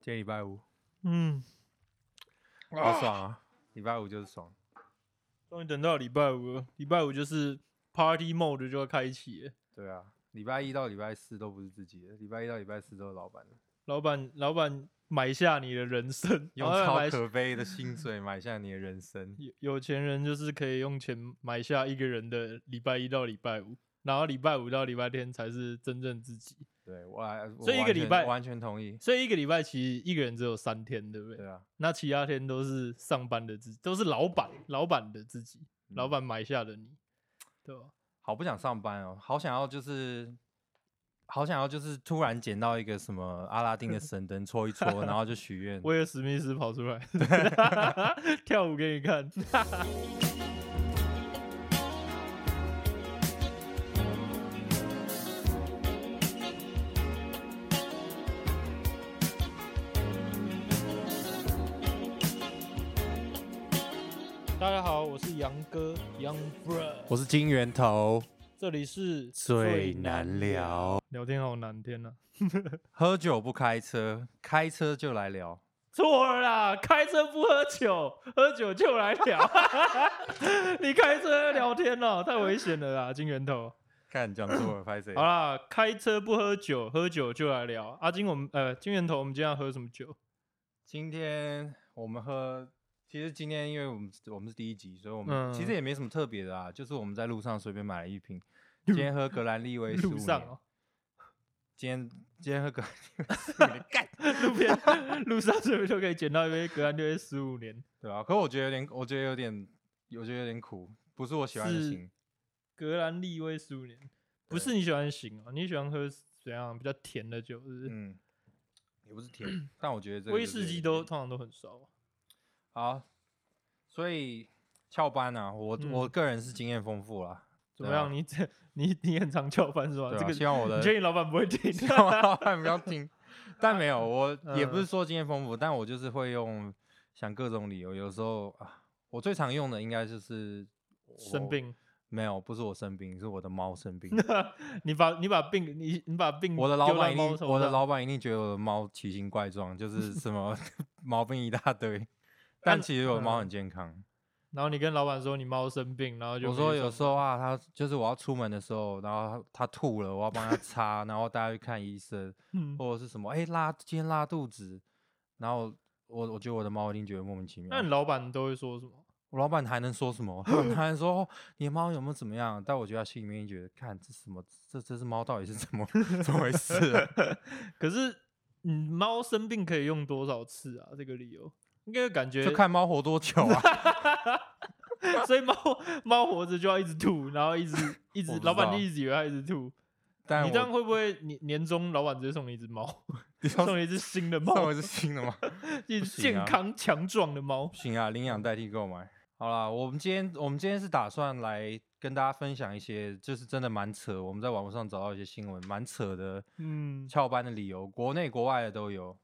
今天礼拜五，嗯，好爽啊！礼拜五就是爽，终于等到礼拜五了，礼拜五就是 Party Mode 就要开启了。对啊，礼拜一到礼拜四都不是自己的，礼拜一到礼拜四都是老板的，老板，老板买下你的人生，用老板超哦买可悲的薪水买下你的人生。有有钱人就是可以用钱买下一个人的礼拜一到礼拜五，然后礼拜五到礼拜天才是真正自己。对我来，我所以一个完全礼拜完全同意。所以一个礼拜其实一个人只有三天，对不对？对啊，那其他天都是上班的自己，都是老板老板的自己，嗯老板买下的你，对吧？好不想上班哦，好想要就是，好想要就是突然捡到一个什么阿拉丁的神灯戳一戳，然后就许愿。威尔史密斯跑出来跳舞给你看。大家好，我是杨哥杨 Bro，我是金源头，这里是最难聊。聊天好难啊天呐、喝酒不开车，开车就来聊。错了啦，开车不喝酒，喝酒就来 聊。你开车聊天哦，太危险了啦，金源头。看讲错了，拍谁好？啦，开车不喝酒，喝酒就来聊。阿金，我们呃，金源头，我们今天要喝什么酒？今天我们喝，其实今天因为我们我们是第一集，所以我们、其实嗯也没什么特别的啊，就是我们在路上随便买了一 瓶，今天喝格兰利威十五路上年哦， 今天今天喝格兰 利威十五年，干路边路上随便就可以捡到一杯格兰威十五年，对啊，可我觉得有点，我觉得有点，我觉得有点苦，不是我喜欢的是型。格兰利威十五年，不是你喜欢型哦，你喜欢喝怎样比较甜的酒，是不是？嗯，也不是甜，但我觉得这个就威是士有忌点都甜通常都很少。哦好，所以翘班啊，我、嗯我个人是经验丰富啦。怎么对啊样？你这你你很常叫饭是吧？对啊哦这个希望我的你觉得你老板不会听？希望老板不要 听，但没有，我也不是嗯说经验丰富，但我就是会用想各种理由，有时候啊，我最常用的应该就是生我，病，没有，不是我生病，是我的猫生 病。你把你把病你你把病我的老丢到板一猫定，头我的上老板一定觉得我的猫奇形怪状， 就是什么 毛病一大堆。但但其实我的猫嗯很健康。然后你跟老板说你猫生病，然后就我说有时候啊，它就是我要出门的时候，然后它它吐了，我要帮它擦，然后带它去看医生，嗯，或者是什么，哎、拉今天拉肚子，然后我我觉得我的猫一定觉得莫名其妙那。你老板都会说什么？我老板还能说什么？ 他们还能说、哦、你的猫有没有怎么样？但我觉得他心里面觉得，看这什么，这这只猫到底是怎么 怎么回事、啊？可是你猫生病可以用多少次啊？这个理由应该感觉就，看猫活多久啊！ 所以猫猫活着就要一直吐，然后一直一我直不老板知就道一直以为它一直吐。但你我这样会不会年年终老板直接送你一只猫，你送说你一只新的送猫我，是新的吗？ 一只行健啊康强壮的猫？行啊，领养代替购买。好啦，我们今天我们今天是打算来跟大家分享一些，就是真的蛮扯，我们在网络上找到一些新闻，蛮扯的嗯，翘班的理由，国内国外的都有。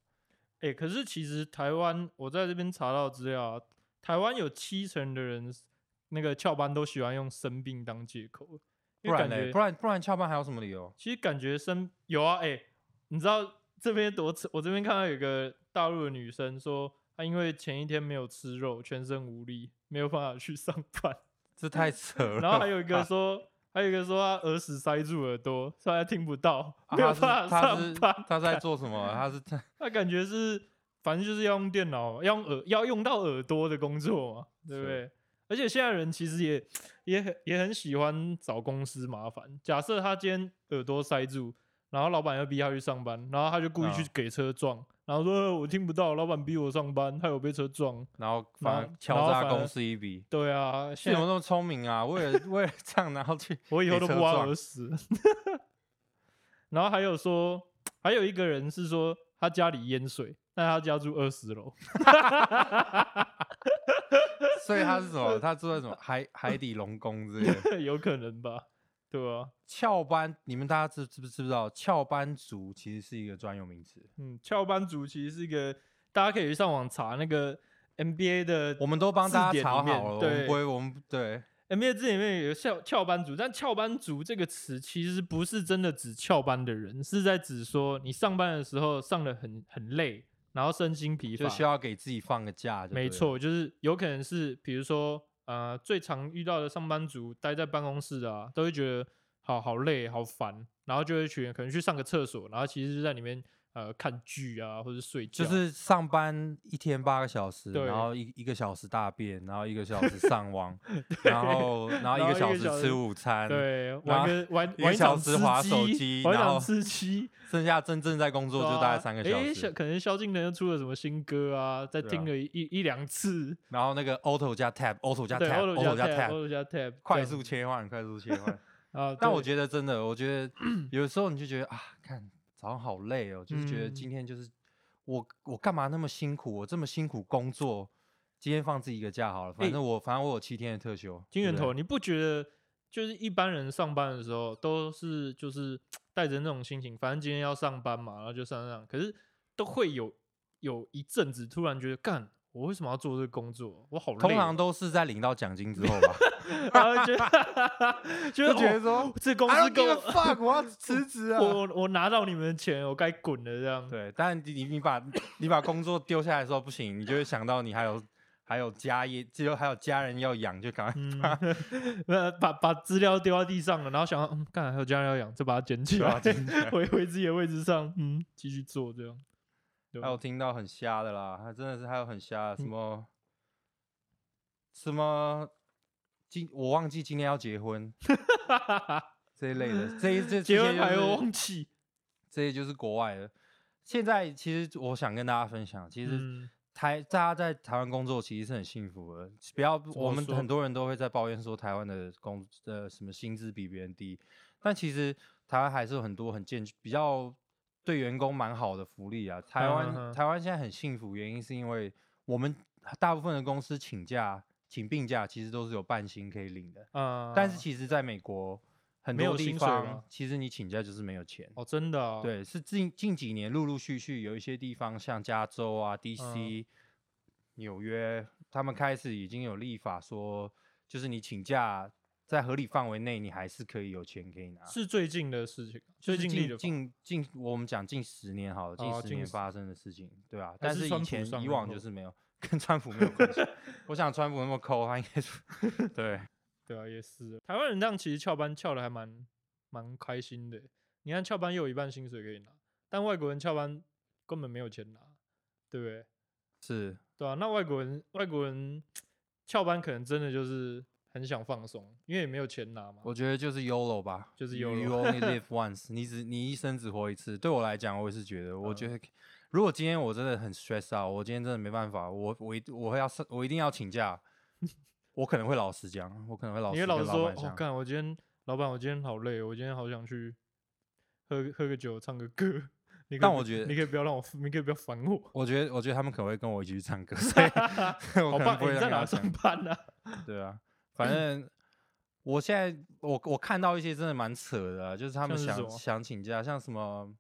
哎、可是其实台湾，我在这边查到资料、啊，台湾有七成的人是那个翘班都喜欢用生病当借口，不因为然感嘞，觉不然不然翘班还有什么理由？其实感觉生有啊，哎、你知道这边多吃，我这边看到有个大陆的女生说，她因为前一天没有吃肉，全身无力，没有办法去上 班，这太扯了吧。 然后还有一个说。还有一个说他耳屎塞住耳朵，所以他听不到，啊没有他是办法他上是班。他在做什么？啊他是 在他感觉是，反正就是要用电脑，要用耳，要用到耳朵的工作嘛，对不是对？而且现在人其实也也很也很喜欢找公司麻烦。假设他今天耳朵塞住，然后老板要逼他去上班，然后他就故意去啊给车撞，然后说、呃我听不到，老板逼我上班，害我被车撞。然后反然而后然敲后诈反公而司一 笔。对啊，现怎么在那么聪明啊？为了为了这样，然后去我以后都给不车挖撞耳屎。 然后还有说，还有一个人是说他家里淹水，但他家住二十楼。 所以他是什 么？他住在什么海海底龙宫之类的有可能吧，对吧、翘班？你们大家知知不知不知道？翘班族其实是一个专有名词。嗯，翘班族其实是一个，大家可以去上网查那个 NBA 的我们都帮大家字典查里面好了，我们对不会，我们对 NBA 字典里面有翘翘班族，但翘班族这个词其实不是真的指翘班的人，是在指说你上班的时候上的很很累，然后身心疲乏，就需要给自己放个假。没，错，就是有可能是，比如说，呃，最常遇到的上班族待在办公室的啊，都会觉得好好累、好烦，然后就会去可能去上个厕所，然后其实就在里面呃看剧啊，或者睡觉。就是上班一天八个小时，对然后一一个小时大便，然后一个小时上 网，然后然后一个然后小一个时小时吃午餐，，对，然玩后个玩一个玩一小场时吃滑手机玩一然场后吃 鸡，剩下真正在工作就大概三个小哎、诶时小。可能萧敬腾又出了什么新歌啊，再对啊听了一、一两次，然后那个 Auto 加 Tab，Auto 加对，欧 Tab，Auto 加加 tab， Tab，欧加 tab，快速切换，快速切换。啊！但我对觉得真的，我觉 得有时候你就觉得啊，看早上好累哦，就是觉得嗯今天就是我我干嘛那么辛苦，我这么辛苦工作，今天放自己一个假好了，哎反正我、反正我有七天的特休。金对源不对头，你不觉得就是一般人上班的时候都是就是带着那种心情，反正今天要上班嘛，然后就上上，可是都会有有一阵子突然觉得，干，我为什么要做这个工作？我好累哦，通常都是在领到奖金之后 吧，然后觉得就就会觉得说这 公 I 司 don't 跟 give 我 a fuck，我要 辞职啊。我我拿到你们的钱，我该滚了这样。对，但你你把你把工作丢下来的时候不行，你就会想到你还有还有家业，只有还有家人要养，就赶快 嗯，呃，把把资料丢到地上了，然后想到，嗯，干还有家人要养，再把它捡起对来啊，捡起 来回回自己的位置上，嗯，继续做这样。对还吧有听到很瞎的啦，还真的是还有很瞎的，什嗯么、什么今我忘记今天要结 婚这一类的，这一这结这婚些还就是有忘记，这些就是国外的。现在其实我想跟大家分享，其实嗯，台、大家在台湾工作其实是很幸福的，不要怎我么们说很多人都会在抱怨说台湾的工呃什么薪资比别人低，但其实台湾还是有很多很健比较对员工蛮好的福利啊。台湾、嗯嗯嗯台湾现在很幸福，原因是因为我们大部分的公司请假请病假其实都是有半薪可以领的，啊但是其实在美国很没多有地薪水吗方其实你请假就是没有钱。哦，真的啊，，对，是近近几年陆陆续续有一些地方，像加州啊、DC、纽约，他们开始已经有立法说，就是你请假在合理范围内，你还是可以有钱可以拿。是最近的事情，啊啊就最是近立的近法，近近，我们讲近十年好了，哦近十近年十发生的事情，对吧、啊？还但是以川普前上以任往后就是没有跟川普没有关系。 我想川普那么抠，他应该 是对对啊，也是。台湾人这样其实翘班翘的还蛮蛮开心的，你看翘班又有一半薪水可以拿，但外国人翘班根本没有钱拿，对不对？是对啊，那外国人外国人翘班可能真的就是很想放松，因为也没有钱拿嘛。我觉得就是 YOLO 吧，啊就是 You- You only live once，你只你一生只活一次。对我来讲，我也是觉得，嗯我觉得如果今天我真的很 stress out，我今天真的没办法，我我一我会要上我一定要请 假，我可能会老实讲，我可能会老因实为跟老老师说，板哦，讲。干，我今天老板，我今天好累，哦我今天好想去喝个喝个酒，唱个歌。你可以但不我觉得你可以不要让我，你可以不要烦我。我觉得，我觉得他们可能会跟我一起去唱 歌，所以 我可好能棒，不欸会让你在他哪讲上 班啊？对啊，反正我现在我我看到一些真的蛮扯的啊、就是他们像是什想么想请假，像什么，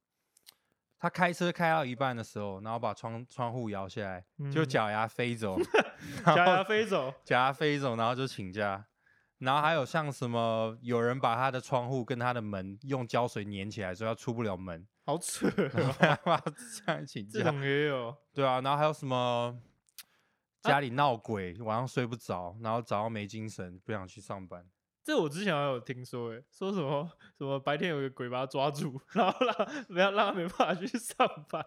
他开车开到一半的时候，然后把窗窗户摇下来，就嗯脚牙飞 走，假然牙后啊飞走，脚牙飞走，然后就请假。然后还有像什么，有人把他的窗户跟他的门用胶水粘起来，说他出不了门， 好扯然 哦后他把他这样请这假。种也有，对啊，然后还有什么家里闹鬼，晚上睡不着，然后早上没精神，不想去上班。这我之前还有听说，哎，说什么什么白天有个鬼把他抓住，然后让不要让他没办法去上班，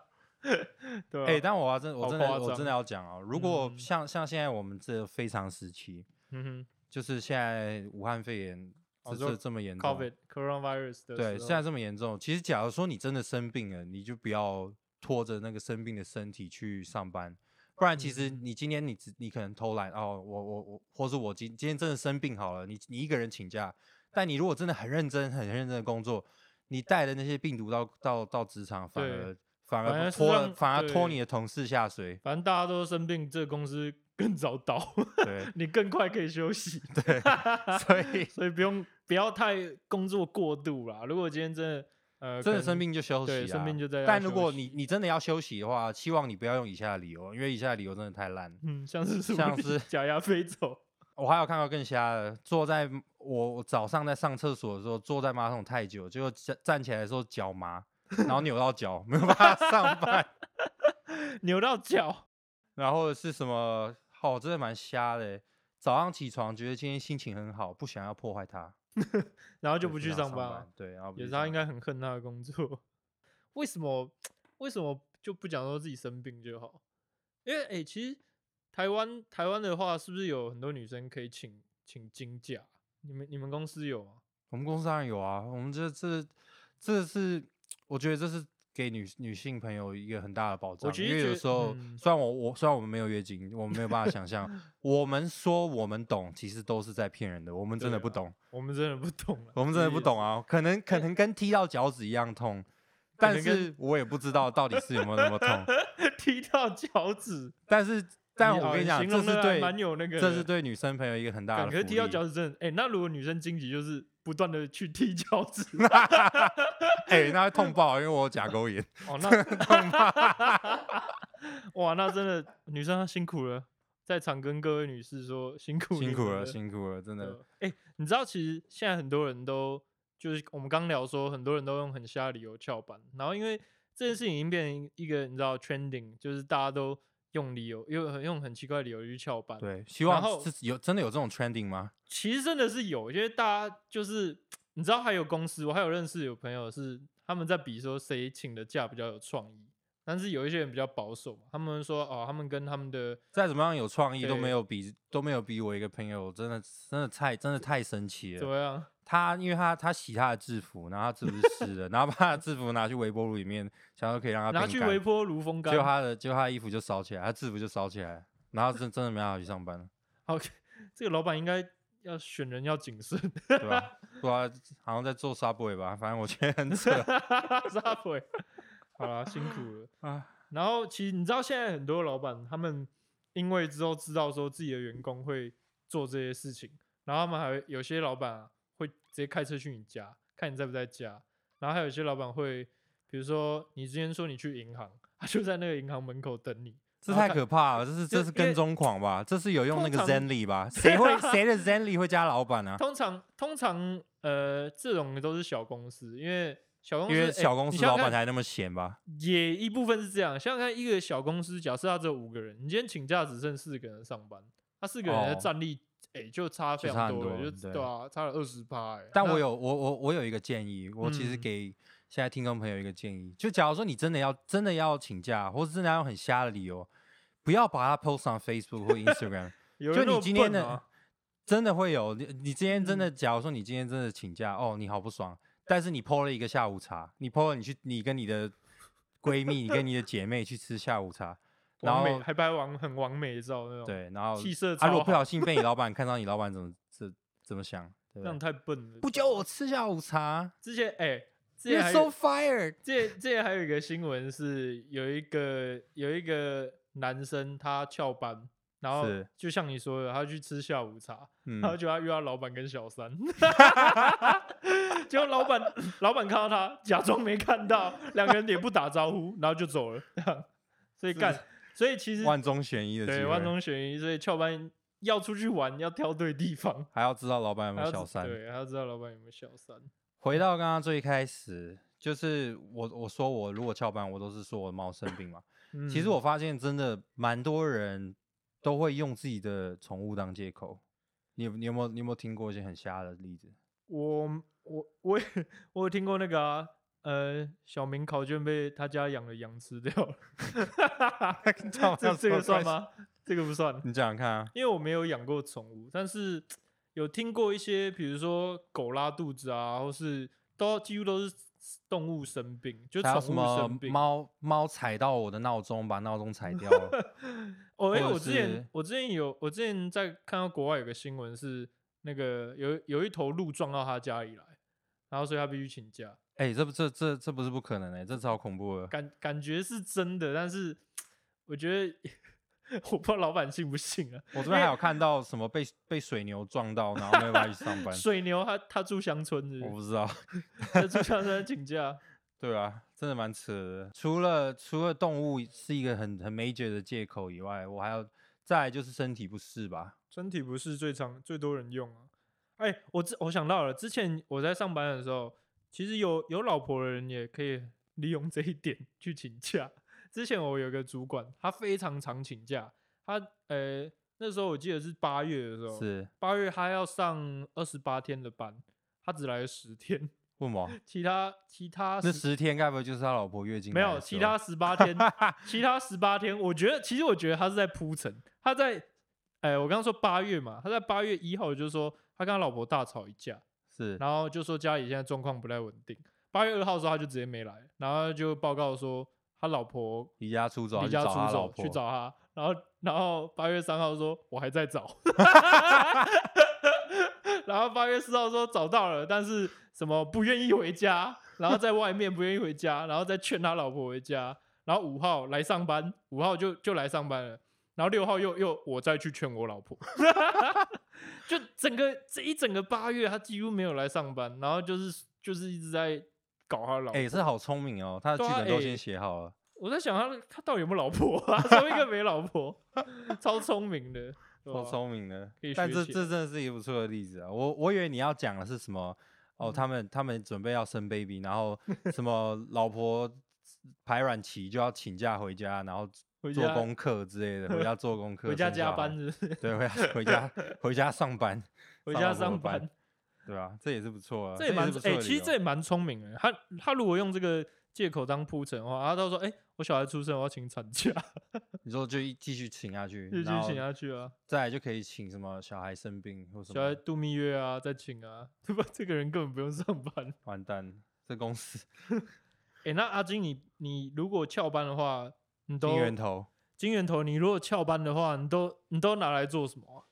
对啊吧、哎、但我要真我好真的夸我真的张要讲哦，如果嗯像、像现在我们这非常时期，嗯就是现在武汉肺炎哦这就这这么严哼重， ，COVID coronavirus 的嗯对，时现候在这么严重，其实假如说你真的生病了，你就不要拖着那个生病的身体去上班，不然其实嗯你今天你只你可能偷懒哦，我我我，或是我今今天真的生病好了，你你一个人请假，但你如果真的很认真很认真的工作，你带的那些病毒到到到职场，反对而反反而而不是拖了，让反而拖对，你的同事下水反正大家都生病，这个公司更早倒， 对。你更快可以休息。对，所以所以不用不要太工作过度啦。如果今天真的呃真可的能生病就休息对啊。生病就在家但如休果息你你真的要休息的话，希望你不要用以下的理由，因为以下的理由真的太烂。嗯像是什么像是 假牙飞走，我还有看到更瞎的，坐在我我早上在上厕所的时候，坐在马桶太 久，结果站站起来的时候脚麻，然后扭到脚，没有办法上班。扭到脚，然后是什么？哦，真的蛮瞎的欸。早上起床觉得今天心情很好，不想要破坏它，然后他就不去上班班了。。对，然后不也去是他上应班该很恨他的工作。为什么？为什么就不讲说自己生病就好？因为哎、欸其实台湾台湾的话，是不是有很多女生可以请请经假？你们你们公司有吗？我们公司当然有啊，我们这这这是我觉得这是给女女性朋友一个很大的保障，其因实为有觉时候、嗯虽然我我虽然我们没有月经，我们没有办法想 象，我们说我们懂，其实都是在骗人的，我们真的对不啊懂，我们真的不懂啊， 我们真的不懂啊。啊，可能可能跟踢到脚趾一样 痛，但能跟是我也不知道到底是有没有那么 痛，踢到脚趾，但是但好我跟你讲，形这容是得还对蛮有那个，这是。对女生朋友一个很大的感福觉利。踢到脚趾真的，哎、那如果女生晋级就是不断的去踢 脚趾，哎、那会 痛爆，因为我有甲沟炎。哦， 那 哇，那真的女生她辛苦了，在场跟各位女士说辛苦辛你苦们了，辛苦了，真的。对哎、你知道其实现在很多人都就是我们刚聊说，很多人都用很瞎的理由翘班，然后因为这件事情已经变成一个你知道 trending，就是大家都用理由，用用很奇怪的理由去翘班。，对，希然望后是有真的有这种 trending 吗？其实真的是有，因为大家就是你知道，还有公司，我还有认识有朋友是他们在比说谁请的假比较有创意，但是有一些人比较保守嘛，他们说哦，他们跟他们的再怎么样有创意都没对有比都没有比我一个朋友真的真的太真的太神奇怎了。么样，他因为他他洗他的制服，然后他制服是湿的，然后把他的制服拿去微波炉里面，想说可以让他拿变去干微，波炉风干结果，他的结果他的衣服就烧起来，他制服就烧起来，然后真真的没办法去上班了，这个老板应该要选人要谨慎， 对吧？对啊，好像在做 subway 吧，反正我觉得很扯撒腿， 好啦，辛苦了。啊。然后其实你知道，现在很多老板他们因为之后知道说自己的员工会做这些事情，然后他们还会有些老板、啊、会直接开车去你家，看你在不在家。然后还有一些老板会，比如说你之前说你去银行，他就在那个银行门口等你。这然太后看可怕了，这是这就是因为跟踪狂吧？这是有用那个通常 Zenly 吧？谁 会谁的 Zenly 会加老板啊？通常通常呃，这种都是小公司，因为小公司因为哎小公你司想老想板看才那么闲吧？也一部分是这样。想想看，一个小公司，假设他只有五个人，你今天请假只剩四个人上班，他四个人的哦战力，哎、就差非就差常很多了，多就对对啊，差了二十趴。哎但那我有我我我有一个建议，我其实嗯给现在听众朋友一个建议，就假如说你真的要真的要请假，或是真的要很瞎的理由，不要把它 post on Facebook 或 Instagram。 有就人那你么今天笨啊的吗？嗯真的会有你，你今天真的，假如说你今天真的请假，哦，你好不爽，但是你 PO 了一个下午茶，你 PO 了你去你跟你的闺蜜，你跟你的姐妹去吃下午茶，然完美后还拍完很完美的照那种，，对，然后气色啊，超如果不好，小心被你老板看到，你老板怎么怎怎么想？对这不样对？太笨了。不教我吃下午茶之前哎、之前，You're 还 so 有 fired。这这还有一个新闻是有一个有一个男生他翘班，然后是就像你说的，他去吃下午茶，嗯然后就他约他老板跟小三， 结果老板老板看到他假装没看到，两个人也不打招呼，然后就走了，这样所以是干，所以其实万中选一的机对会，万中选一，所以翘班要出去玩要挑对地方，还要知道老板有没还有要小知三。对，还要知道老板有没有小三，回到刚刚最开始，就是我我说我如果翘班，我都是说我猫生病嘛。其实嗯我发现真的蛮多人都会用自己的宠物当借口。你有你有没有你有没有听过一些很瞎的例子？我我我也我有听过那个啊，呃，小明考卷被他家养的羊吃掉 了， 这这个算？吗？这个不算，你想想看啊，因为我没有养过宠物，但是有听过一些，比如说狗拉肚子啊，或是都几乎都是动物生病，就还宠有什物么生病。猫猫踩到我的闹钟，把闹钟踩 掉了，哦，因为或者我是之前我之前有我之前在看到国外有个新闻是那个有有一头鹿撞到他家里来，然后所以他必须请假。哎、这不这这这不是不可能哎、这超恐怖的。感感觉是真的，但是我觉得 我不知道老板信不信啊。我这因为边还有看到什么被被水牛撞到，然后没有办法去上班，水牛他他住乡村是我不不是，知道。 他住乡村请假，对啊，真的蛮扯的。除了除了动物是一个很很 major 的借口以外，我还要再来就是身体不适吧。身体不适最常最多人用啊。哎、我之我想到了，之前我在上班的 时候，其实有有老婆的人也可以利用这一点去请假。之前我有一个主管，他非常常请假，他呃那时候我记得是八月的时候，是八月他要上二十八天的班，他只来了十天，为什么？其他其他那十十天该不会就是他老婆月经没来的时候？有其他十八天，其他十八天，我觉得其实我觉得他是在铺陈，他在哎我刚刚说八月嘛，他在八月一号就说他跟他老婆大吵一架，是然后就说家里现在状况不太稳定。八月二号的时候他就直接没来，然后就报告说他老婆离家出走，离家去出找他老走婆去找他，然后然后八月三号说我还在找， 然后八月四号说找到了，但是什么不愿意回家，然后在外面不愿意回家，然后再劝他老婆回家，然后五号来上班，五号就就来上班了。然后六号又又我再去劝我老婆， 就整个这一整个八月，他几乎没有来上班，然后就是就是一直在搞他老婆。哎、这好聪明哦，他的对剧啊本都哎先写好了。我在想他他到底有没有老婆啊？ 说一个没老婆，超聪明的，对超吧聪明的可以，但学这起这真的是一个不错的例子啊！我我以为你要讲的是什么哦，嗯他们他们准备要生 baby，然 后什么老婆排卵期就要请假回家，然后回做家功课之类的，回家做功课，回家生小加孩班， 是不是？对，回家回家回家上班， 回家老婆的上班班，对吧、这也是不错啊，也蛮是不错哎、的其理实这也由蛮聪明的。他他如果用这个借口当铺陈的话，他到时候哎、我小孩出生，我要请产假，你说就一继续请下去，就继然续后请下去啊，再来就可以请什么小孩生病或什小孩么，度蜜月啊，再请啊， 对吧？这个人根本不用上班。完蛋，这公司哎、那阿金你你如果翘班的话，你都金源头。金源头，你如果翘班的话，你都你都拿来做什么啊、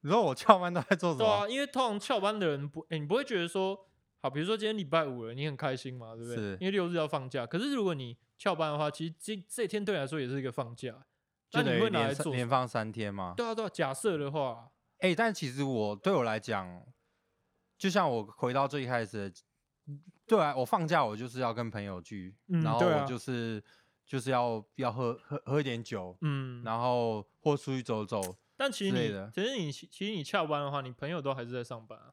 你说我翘班都在做什对么？啊，因为通常翘班的人不，哎、你不会觉得说，好，比如说今天礼拜五了，你很开心嘛，对不对是？因为六日要放假，可是如果你翘班的话，其实这这天对你来说也是一个放假，就那等你于会拿连来三做什连么？放三天嘛。对啊，对啊，假设的话，哎、但其实我对我来讲，就像我回到最开始的，对啊，我放假我就是要跟朋友聚，嗯然后对我啊就是、就是要要喝喝喝一点酒，嗯，然后或出去走走，但其实之类你的，其实你其其实你翘班的话，你朋友都还是在上班啊，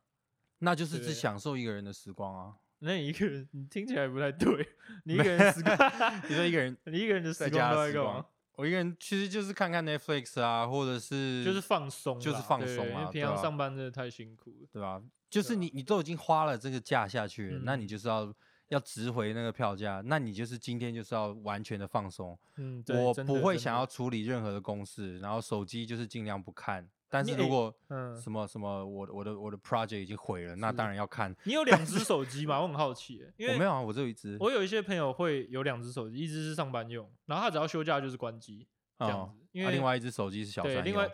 那就是对只享受一个人的时光啊。那你一个人，你听起来不太对， 你一个人时光， 你说一个人你一个人的在时家光都的在时干光嘛？，我一个人其实就是看看 Netflix 啊，或者是就是放松啦，就是放对松因啊为平对常啊上班真的太辛苦了。对吧？就是啊你你都已经花了这个价下去了，那你嗯就是要要值回那个票价，那你就是今天就是要完全的放松。嗯，对我真不的会真想的要处理任何的公事，然后手机就是尽量不看。但你是如哎果嗯，什么什么我的我的我的 project 已经毁了，那当是然要看。你有两只手机吗？我很好奇耶、因我没为有啊，我只有一只。我有一些朋友会有两只手机，一只是上班用，然后他只要休假就是关机这样嗯子，，因啊为、另外一只手机是小对三另用，外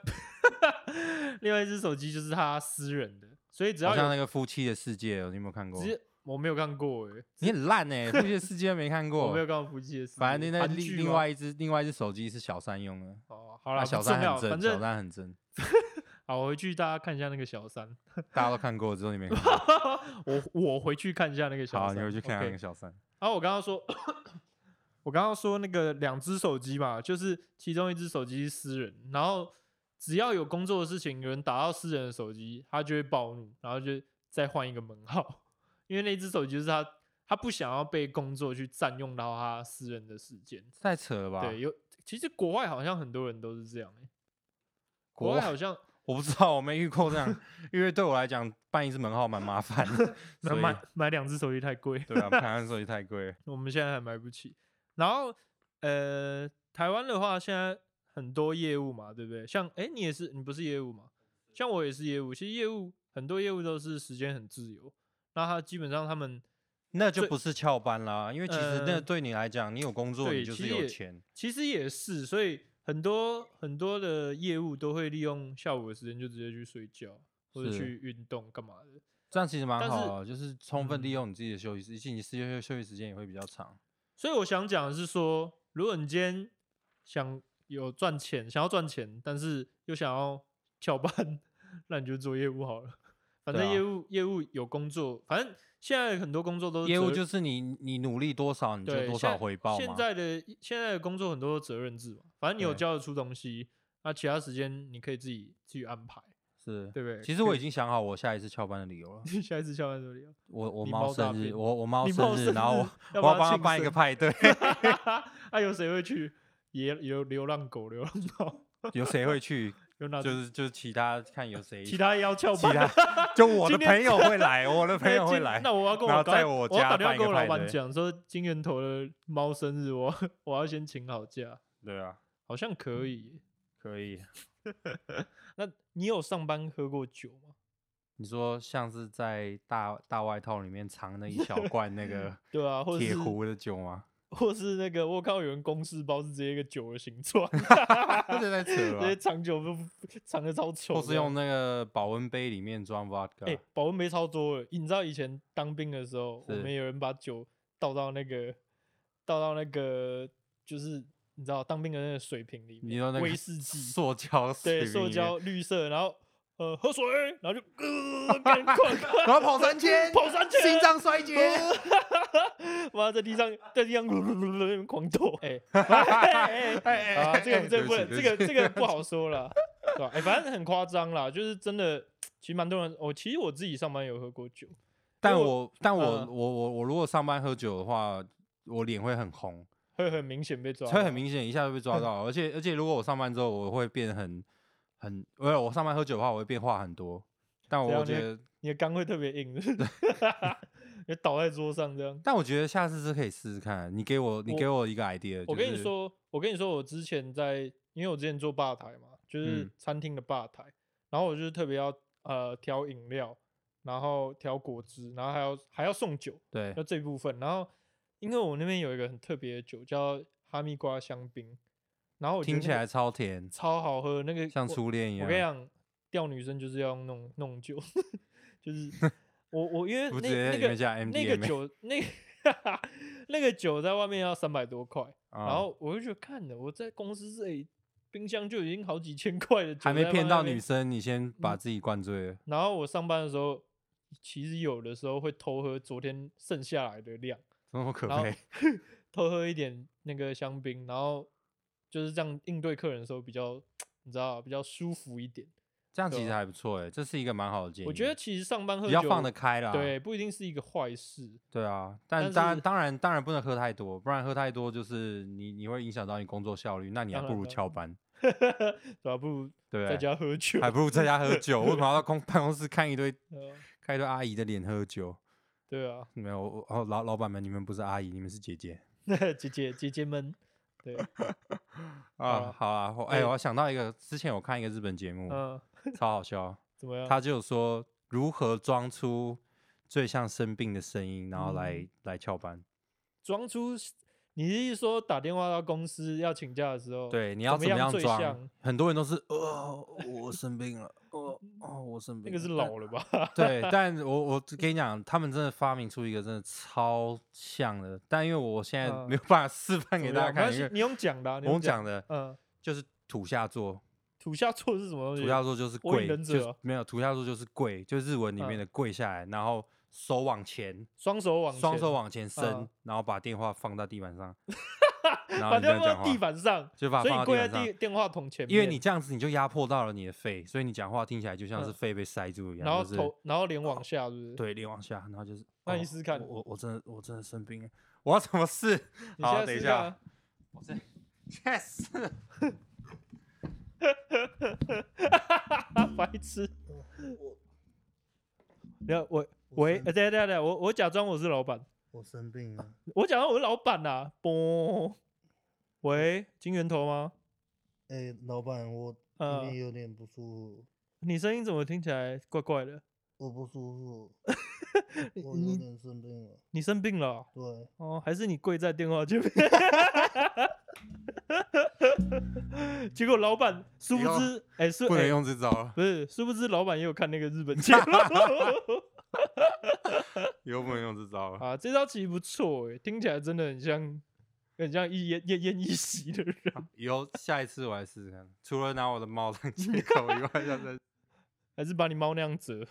另外一只手机就是他私人的，所以只好要像有那个夫妻的世界，哦你有没有看过直？接我没有看过哎、你很烂哎，夫妻的世界没看过。我没有看过夫妻的世界，哦反正那韩另剧另吗外一只另外一只手机是小三用的。哦好啊了，小不重三要很反正，小正三很正，好，我回去大家看一下那个小三， 大家都看过，只有你没看过。我我回去看一下那个小三，好，你回去看看那 OK 个小三。然后我刚刚说，我刚刚说那个两只手机嘛，就是其中一只手机是私人，然后只要有工作的事情，有人打到私人的手机，他就会暴怒，然后就再换一个门号， 因为那只手机就是他，他不想要被工作去占用到他私人的时间。太扯了吧？对，有其实国外好像很多人都是这样、欸，国国外外好像我不知道，我没遇过这样，因为对我来讲办一只门号蛮麻烦 的，那所以买买两只手机太贵，对啊，办手机太贵 了。我们现在还买不起。然后呃，台湾的话，现在很多业务嘛，对不对？像哎，你也是，你不是业务嘛？像我也是业务，其实业务很多业务都是时间很自由，那他基本上他们那就最不是翘班啦，因为其实那呃对你来讲，你有工作，你对就其是实有也钱，其实也是，所以很多很多的业务都会利用下午的时间就直接去睡觉或者是去运动干嘛的。这样其实蛮但是好的，就是充分利嗯用你自己的休息时间，你自己休休息时间也会比较长。所以我想讲的是说，如果你今天想有赚钱，想要赚钱，但是又想要翘班，那你就做业务好了。反对正啊业务、业务有工作，反正现在很多工作都是业务责就是你你努力多少，你就对多现少在回报嘛现。在的现在的工作很多都责任制嘛，反正你有对交得出东西，那其他时间你可以自己自己安排。是。对不对？其实我已经想好我下一次翘班的理由了。经下一次下班什 么理由？我我你猫猫大生日，便我我猫你猫生日，生然后日我要我要帮它帮它庆办一个生派 对， 啊，有谁会去？也有流浪狗、流浪猫，有谁会 去？有哪就是就是其他看有谁， 其他要翘其班的？ 他就我的今天朋友会来，我 的那 朋友会今来。那我要跟然后我赶快在我我要家打电话办一个跟我派老板对讲说，金源头的猫生日我，我要 先请好假，对啊，好像可以耶。可以。那你有上班喝过酒吗？你说像是在大大外套里面藏了一小 罐那个对啊，或者铁是壶的酒 吗？或是那个，我看到有人公事包是直接一个酒的形状，这在扯 直接啊！藏酒不藏的超丑这或样，是用那啊个保温杯里面装 vodka，、哎、保温杯超多的。你知道以前当兵的时候，我是们有人把酒倒到那个倒到那个，就是你知道当兵的那个水瓶里面，你说那个威士忌，塑胶水对，瓶塑里面胶，绿色，然后呃喝水，然后就呃干快快 然后跑三千，跑三圈心脏衰 竭，哦妈在地上在地上 狂抖，哎、哎 哎啊，这个这个不能，这对个不起 这个不好说了，对吧？哎、反正很夸张啦，就是真的，其实蛮多人，我、哦其实我自己上班有喝过酒，但如我但我、嗯我我我如果上班喝酒的话，我脸会很红，会很明显被抓到，会很明显一下就被嗯抓到。而且而且如果我上班之后，我会变很很，因为我上班喝酒的话，我会变话很多。但怎我样觉你得，你的肝会特别硬， 是不是你倒在桌上这样。但我觉得下次是可以试试看。你给我你我给我一个 idea，就我跟你是，说，我跟你说，我之前在，因为我之前做吧台嘛，就是嗯餐厅的吧台，然后我就是特别要呃调饮料，然后调果汁，然后还要还要送酒，对要这一部分。然后因为我那边有一个很特别的酒叫哈密瓜香槟，然后我觉得听起那个来超甜，超好喝，那个像我初恋一样。我跟你讲，钓女生就是要用那种那种酒， 就是我我因为我那直接那里面个加那个 MDMA，酒那个 那个酒在外面要三百多块，然然后我就觉得看了我在公司这里冰箱就已经好几千块的酒，还没骗到女。生，你先嗯把自己灌醉了。然后我上班的时候，其实有的时候会偷喝昨天剩下来的量。怎么那么可然后悲？ 偷喝一点那个香槟，然后就是这样应对客人的时候比较，你知道比较舒服一点。这样对其实啊还不错哎、这是一个蛮好的建议。我觉得其实上班喝比酒较放得开啊啦。对，不一定是一个坏事。 对啊，但但当然是当然当然不能喝太多，不然喝太多就是你你会影响到你工作效率，那你还当不然如当翘班，对吧？啊不如对嗯在不对？家喝酒。还不如在家喝酒，为什么要到公办公室看一堆对啊看一堆阿姨的脸喝酒？对啊， 没有，我哦老老板们，你们不是阿姨，你们是姐姐那姐姐姐姐们，对，啊。啊好啊，我哎、对我想到一个，之前我看一个日本节目，嗯，超好 笑，怎么样？他就说如何装出最像生病的声音，然后来、嗯来翘班。装出，你是一说打电话到公司要请假的时候，，对，你要怎怎么么样样最装像？很多人都是哦，我生病了， 哦哦，我生那病了。个是但老了吧？对， 但我我跟你讲，他们真的发明出一个真的超像的，但因为我现在嗯没有办法示范怎给么大家样没关看，系因为你用讲的啊，你我用们讲，的嗯，就是土下座，土下座是什么东西？土下座就是火跪，影忍就者哦是没有土下座就是跪，就日文里面嗯的跪下来，然后手往前，双手往双前手往前伸嗯，然后把电话放到地板 上，然后把你这它样放讲到地话，板上，就把它所以放到你跪地在板上电。电话筒前面，因为你这样子，你就压迫到了你的肺，所以你讲话听起来就像是嗯肺被塞住一样，然后就是头然后脸往下，是不是？，对，脸往下，然后就是。那你哦试试看我我我真的我真的生病了，我要怎么试？你现好，在等一试试看下啊，，我这 yes，啊 白痴。然后我喂，呃等一下等一下等一下，我我假装我是老板，我生病了，我假装我是老板呐。嘣，喂，金源头吗？哎、老板，我今呃天，有点不舒服，你声音怎么听起来怪怪的？我不 舒服，我有你点生病了。你生病了哦？对，哦，还是你跪在电话前面， 结果老板殊以不后知，哎、是不哎能用这招了，不是，殊不知老板也有看那 个日本节目 以后不能用这招了。啊，这招其实不错哎、听起来真的很像，很像一奄奄奄一息的人。以后下一次我来试试看，除了拿我的猫当借口以外，要再还是把你猫那样折。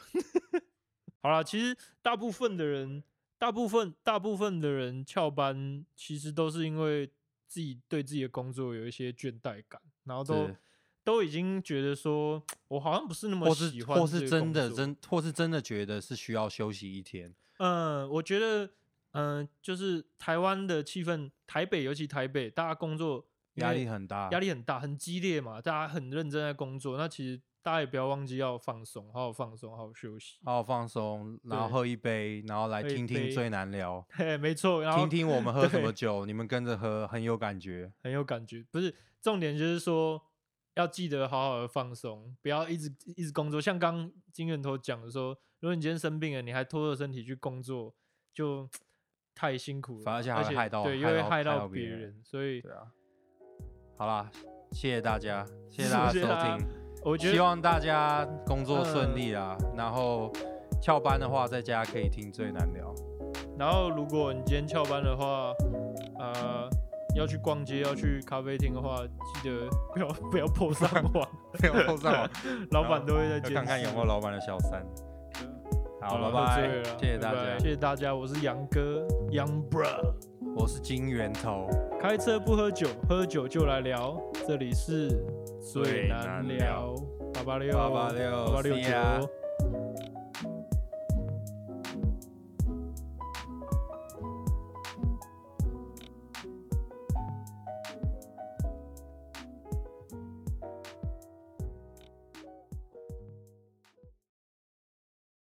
好啦，其实大部分的人，大部分大部分的人翘班，其实都是因为自己对自己的工作有一些倦怠感，然后都是都已经觉得说，我好像不 是那么或是喜欢或这是个真工的作真，或是真的觉得是需要休息一天，嗯，我觉得，嗯、就是台湾的气氛，台北尤其台北，大家工作因压为力很大，压力很大，很激烈嘛，大家很认真在工作。那其实大家也不要忘记要放松，好好放松，好好休息。好好放松，然后对喝一杯，然后来喝一听听杯最难聊，嘿，没错，然后听听我们喝什么对酒，你们跟着喝很有感觉。很有感觉。不是重点，就是说要记得好好的放松，不要一直一直工作。像刚刚金源头讲的说，如果你今天生病了，你还拖着身体去工作，就太辛苦了反嘛，而且还而会害到对，又害会到害害到别别人人。所以对啊，好啦，谢谢大家，谢谢谢大家谢大收家听，我觉希得望大家工作顺嗯利啦。然后翘班的话，在家可以听最难 聊。然后，如果你今天翘班的话，呃，要去逛街、要去咖啡厅的话，记得不要不要破上网， 没有扣上网，老板都会在要监视。看看有没有老板的小三。好，了，拜喝拜醉谢谢嗯了，大啊拜拜家谢。谢大家，我是杨哥杨 bro，我是金源头，开车不喝酒，喝酒就来聊，这里是最最难难聊聊八八六886八八六 see ya 九。